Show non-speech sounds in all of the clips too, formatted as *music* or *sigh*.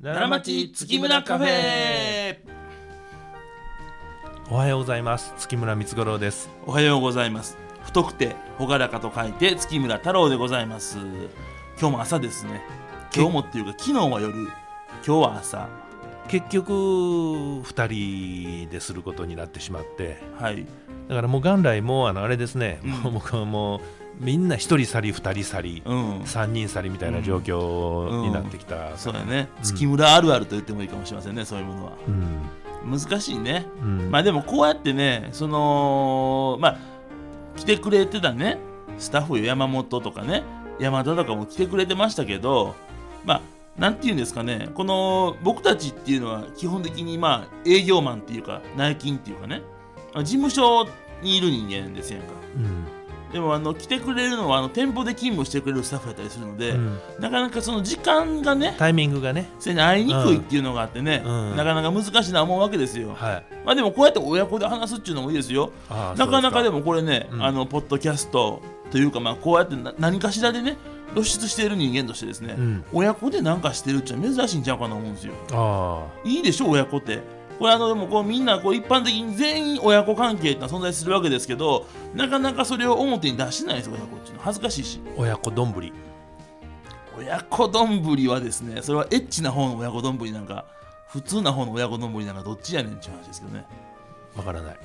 奈良町月村カフェおはようございます月村光五郎ですおはようございます太くて朗らかと書いて月村太郎でございます今日も朝ですね今日もっていうか昨日は夜今日は朝結局2人ですることになってしまってはいだからもう元来もうあのあれですね、うんもう僕はもうみんな1人去り2人去り、うん3人去りみたいな状況になってきた、そうやね月村あるあると言ってもいいかもしれませんねそういうものはうん難しいねうんまあでもこうやってねそのまあ来てくれてたねスタッフよ山本とかね山田とかも来てくれてましたけどまあなんて言うんですかねこの僕たちっていうのは基本的にまあ営業マンっていうか内勤っていうかねあ事務所にいる人間ですやんかうんでもあの来てくれるのはあの店舗で勤務してくれるスタッフだったりするので、うんなかなかその時間がねタイミングがねそれに会いにくいっていうのがあってね、うんなかなか難しいな思うわけですよ、はいまあでもこうやって親子で話すっていうのもいいですよ。あーなかなかでそうもこれね、うんあのポッドキャストというかまあこうやってな何かしらでね露出している人間としてですね、すかうん親子で何かしてるっちゃ珍しいんちゃうかな思うんですよ。あいいでしょ親子って。これあのでもこうみんなこう一般的に全員親子関係ってのは存在するわけですけどなかなかそれを表に出してないんですよ親子っていうのは恥ずかしいしー親子丼ぶり親子丼はですねそれはエッチな方の親子丼なんか普通な方の親子丼なんかどっちやねんっていう話ですけどねわからない、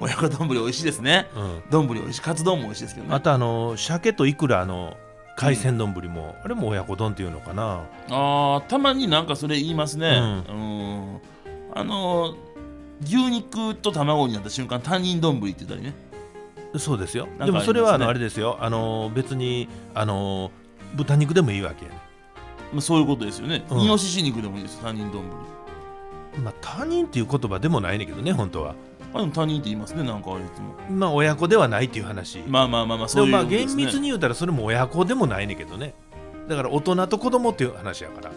親子丼美味しいですねうん、丼美味しいカツ丼も美味しいですけどねあとあの鮭といくらの海鮮丼ぶりも、あれも親子丼っていうのかなあーたまになんかそれ言いますねうんあのー牛肉と卵になった瞬間担任丼って言ったりねそうですよ。かでもそれはあありますねのあれですよ。あの別にあの豚肉でもいいわけやね。まあそういうことですよね、うんイノシシ肉でもいいです担任丼まあ他人っていう言葉でもないねんけどね本当は。あでも担任って言いますねなんかあれいつもまあ親子ではないっていう話。まあまあまあまあでそもういうまあことで厳すね密に言うたらそれも親子でもないねんけどね。だから大人と子供っていう話やから。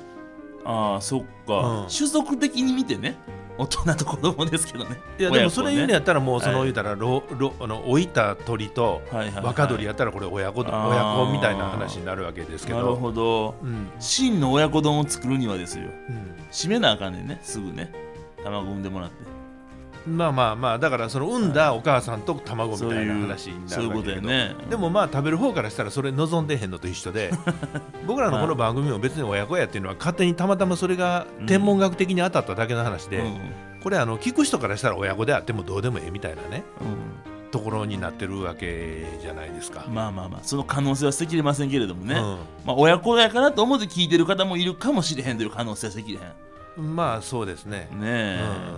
ああそっか、うん種族的に見てね大人と子供ですけどねいやでもそれ言う親ん子やったらもうそはのい言うたらろろあの老いた鳥とはいはいはい若鳥やったらこれ親子あ親ー子みたいな話になるわけですけなるど。ほどうん真の親子丼を作るにはですようん。締めなあかんねんねすぐね卵産んでもらってまあまあまあだからその産んだお母さんと卵みたいな話になそういるわうこけとややけど。ねでもまあ食べる方からしたらそれ望んでへんのと一緒 *laughs* で僕らのこの番組も別に親子やっていうのは勝手にたまたまそれが天文学的に当たっただけの話うで、んこれあの聞く人からしたら親子であってもどうでもええみたいなねうところになってるわけじゃないですか。んまあまあまあその可能性は捨てきれませんけれどもね、うまあ親子やからと思って聞いてる方もいるかもしれへんという可能性は捨てきれへんねん、まあそうですね。え、うん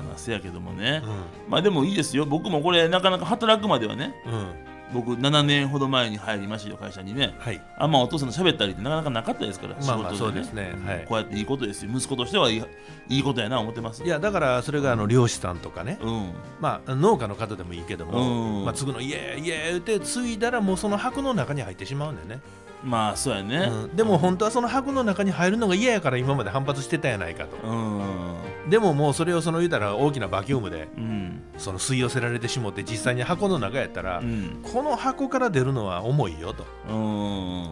まあ、せやけどもねう、んまあでもいいですよ僕もこれなかなか働くまではねうん僕7年ほど前に入りましたよ会社にねはい、あんまお父さんと喋ったりってなかなかなかったですからまあまあ仕そう事ですね。はいこうやっていいことですよ息子としてはいいいいことやな思ってますいやだからそれがあの漁師さんとかね、うんまあ、農家の方でもいいけども、うんまあ、継ぐの「イエーイイエーイ」って継いだらもうその箱の中に入ってしまうんだよね。まあそうやね、うんでも本当はその箱の中に入るのが嫌やから今まで反発してたやないかとうんでももうそれをその言うたら大きなバキュームでうんその吸い寄せられてしもって実際に箱の中やったら、うんこの箱から出るのは重いよと、うん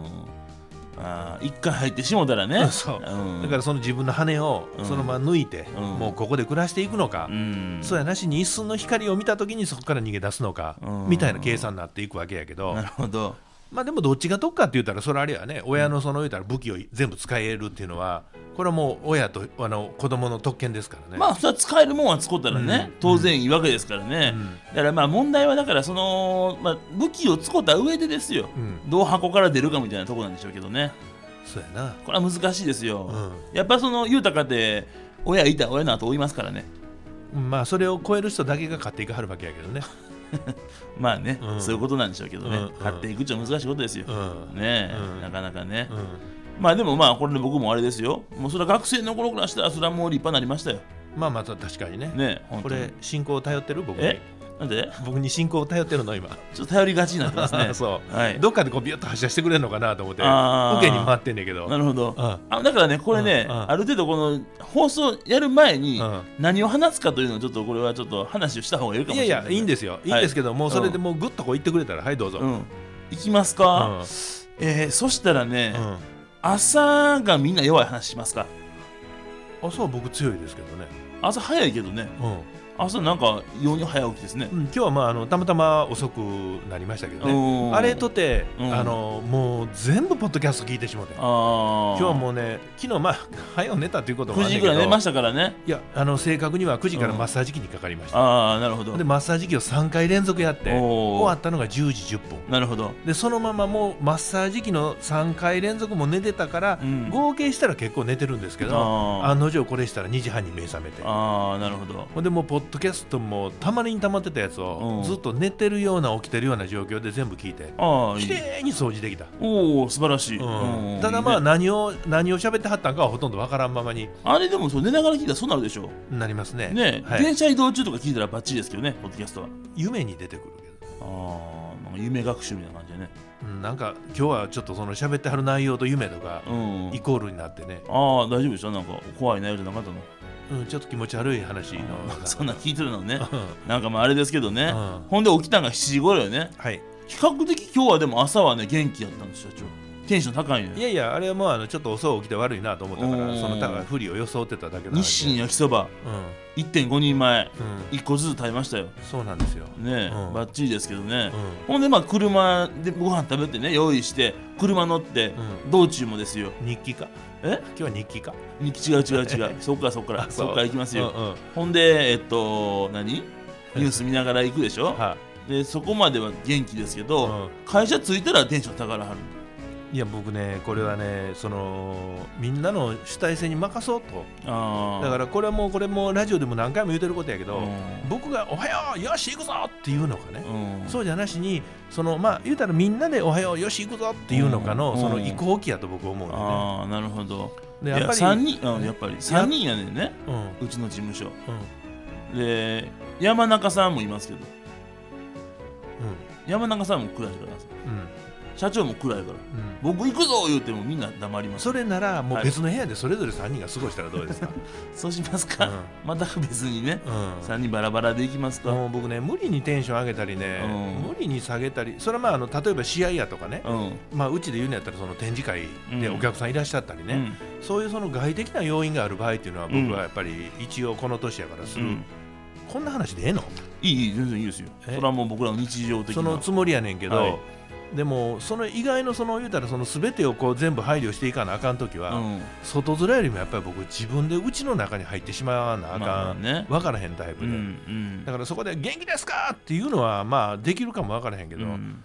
あー一回入ってしもたらね *laughs* そううんだからその自分の羽をうんそのまま抜いて、うんもうここで暮らしていくのか、うんそうやなしに一寸の光を見た時にそこから逃げ出すのか、うんみたいな計算になっていくわけやけど、なるほどまあでもどっちが得かって言ったらそれあれやね親のその言うたら武器を全部使えるっていうのはこれはもう親とあの子供の特権ですからね。まあそれは使えるもんは使ったらね、うん当然いいわけですからね、うんだからまあ問題はだからその、まあ、武器を使った上でですようん、どう箱から出るかみたいなとこなんでしょうけどねそうやな。これは難しいですよ、うやっぱその豊かで親いたら親の後追いますからねん、まあそれを超える人だけが買っていかはるわけやけどね。まあね、うんそういうことなんでしょうけどね、うんうん買っていくっちゃ難しいことですよ、うん。ねえ、うんなかなかね、うん、まあでもまあこれで僕もあれですよもうそれは学生の頃からしたらそれはもう立派になりましたよまあまあた確かにね。ねえ本当こにれ信仰を頼ってる僕にえ。なんで僕に信仰を頼ってるの今。ちょっと頼りがちになってますね *laughs* そはう。いどっかでこうビュッと発射してくれるのかなと思って、あーオケに回ってんねんけど。なるほどうんあだからねこれね、うんうんある程度この放送やる前にうん何を話すかというのをちょっとこれはちょっと話をした方がいいかもいやしいれない、や、いいんでですよ。いいんですけど、もうそれでもうぐっとこう言ってくれたら、はい、どうぞ。うん行きますうか、んえーそしたらね、うん朝がみんな弱い話しますか朝は僕強いですけどね、朝早いけどねうん朝なんか容に早起きですねうん、今日はまああのたまたま遅くなりましたけどねうんあれとて、うんあのもう全部ポッドキャスト聞いてしまって今あ日はもうね昨日まあ早う寝たということもある9んだ時ぐけらい寝まどしたからねいやあの正確には9時からうんマッサージ機にかかりました、ああなるほどでマッサージ機を3回連続やって終おーわったのが10時10分なるほどでそのままもうマッサージ機の3回連続も寝てたから、うん合計したら結構寝てるんですけどあー案の定これしたら2時半に目覚めてあーなるほどほんでもうポッドキャストもたまりに溜まってたやつうをんずっと寝てるような起きてるような状況で全部聞いてああいきいれいに掃除できた、おお素晴らしい、うんうんただまいあいね何を何を喋ってはったんかはほとんどわからんままにあれでもそう寝ながら聞いたらそうなるでしょなりますねね、はい、電車移動中とか聞いたらバッチリですけどねポッドキャストは夢に出てくるけああなんか夢学習みたいな感じでねど、うんなんか今日はちょっとその喋ってはる内容と夢とかうんイコールになってね、ああ大丈夫でしょなんか怖い内容じゃなかったのうん、ちょっと気持ち悪い話のそんなん聞いてるのねうんなんかまああれですけどね、うんほんで起きたのが7時頃よねはい比較的今日はでも朝はね元気やったんですよ社長テンション高いのいよやいやあれはもうあのちょっと遅う起きて悪いなと思ったかうらんその高い不利を装ってただけなので日清焼きそば1.5人前うん、うん、 1個ずつ食べましたよそうなんですよ、ねえ、うんバッチリですけどね、うんほんでまあ車でご飯食べてね用意して車乗って、う道中もですよ日記かえ今日は日記かに違う違う違うそっからそっからあそうそっから行きますよ、うんうんほんでえっと何ニュース見ながら行くでしょはでそこまでは元気ですけい、ど、会社着いたらテンション高らはるいや僕ねこれはねそのみんなの主体性に任そうとあだからこれはもうこれもラジオでも何回も言うてることやけど、うん僕が「おはようよし行くぞ!」っていうのかね、うんそうじゃなしにそのまあ言うたらみんなで「おはようよし行くぞ!」っていうのかの、うんその移行期やと僕思うのああなるほどねでいややっぱり3人うんやっぱり3人やねんねうんうんうちの事務所で山中さんもいますけど山中さんも暗いからうんうん社長も暗いからうん僕行くぞ言うてもみんな黙りますそれならもう別の部屋でそれぞれ3人が過ごしたらどうです *laughs* か、そうしますか、また別にねうん3人バラバラで行きますか、もう僕ね無理にテンション上げたりね、うん無理に下げたりそれはまああの例えば試合やとかね、うんまあ、うちで言うんやったらその展示会でうんお客さんいらっしゃったりね、そういうその外的な要因がある場合っていうのはうん僕はやっぱり一応この年やからすうる、ん、うんこんな話でええのいいいい全然いいですよそえれはもう僕らの日常的そなのつもりやねんけど、はいでもその以外のその言うたらその全てをこう全部配慮していかなあかん時は、うん、外面よりもやっぱり僕自分でうちの中に入ってしまわなあかん、まあね分からへんタイプうで。んうんだからそこで元気ですかっていうのはまあできるかも分からへんけど、うん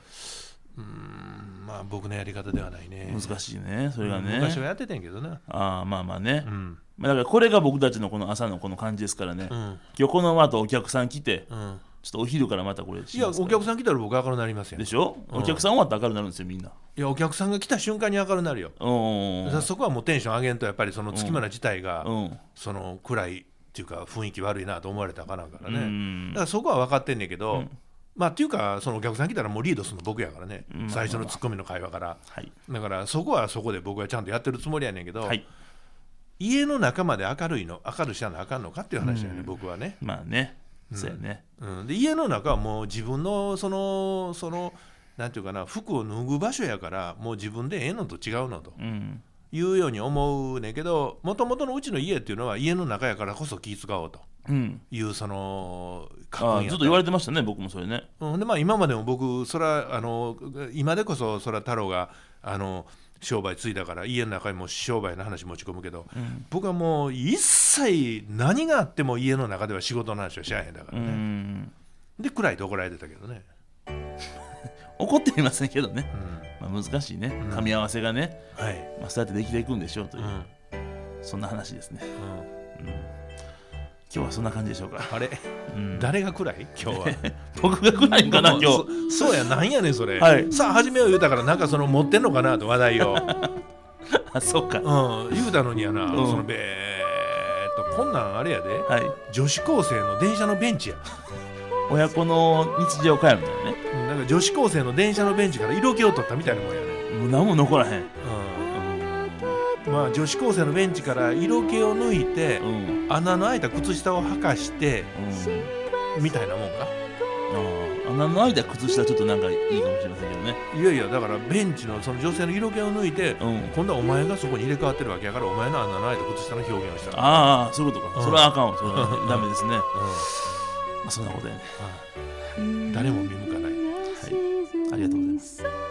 うーんまあ僕のやり方ではないね。難しいねそれがね、昔はやってたんやけどな。ああまあまあね、うん。まあだからこれが僕たちのこの朝のこの感じですからね、うん。今日この後お客さん来てうん。ちょっとお昼からまたこれしいや、ますおから客さん来たら僕明るくなりますよ。でいしょ、うんお客さん終わったら明るくなるんですよみんなや、お客さんが来た瞬間に明るくなるよ。うんだからそこはもうテンション上げんと、やっぱりその月村自体が、うんその暗いっていうか、雰囲気悪いなと思われたらあかなんからね。うんだからそこは分かってんねんけど、うんまあっていうか、そのお客さん来たらもうリードするの僕やからね、うん最初のツッコミの会話から。はいだからそこはそこで僕はちゃんとやってるつもりやねんけど、はい家の中まで明るいの、明るくしちゃなあかんのかっていう話だよね、うん僕はね。まあね、そうやねうん、で家の中はもう自分のそのそのなんていうかな服を脱ぐ場所やからもう自分でええのと違うのとうんいうように思うねんけどもともとのうちの家っていうのは家の中やからこそ気使おうとうんいうそのああずっと言われてましたね僕もそれねれ、うん、でまあ今までも僕そらあの今でこそそら太郎があの商売ついたから家の中にも商売の話持ち込むけどうん僕はもう一切何があっても家の中では仕事の話はしやへんだかうらね、んで暗いと怒られてたけどね。怒ってはいませんけどね、うんまあ、難しいねん噛み合わせがね、はいまあ、そうやってできていくんでしょうという、うんそんな話ですねうん今日はそんな感じでしょうか、あれ、うん、誰が暗い今日は。僕 *laughs* が暗いんかな今日日。 *laughs* そうや、なんやねん、それ。はいさあ、始めよう言うたから、なんかその持ってんのかなと話題を。あそうかうん、言うたのにやな、うんそのべーっと、こんなんあれやで。はい女子高生の電車のベンチや。親子の日常会話みたいなねうんなんか女子高生の電車のベンチから色気を取ったみたいなもんやね。もう何も残らへんうん、まあ、女子高生のベンチから色気を抜いてうん、う、ん穴の開いた靴下を履かして、みたいなもんか。あ穴の間靴下ちょっとなんかいいかもしれませんけどねいやいやだからベンチのその女性の色気を抜いて、うん今度はお前がそこに入れ替わってるわけやからお前の穴の開いた靴下の表現をしたのああそういうことか、うんそれはあかんわそれはうんダメですね、まうあ、そんなことやねん誰も見向かないありがとうございます。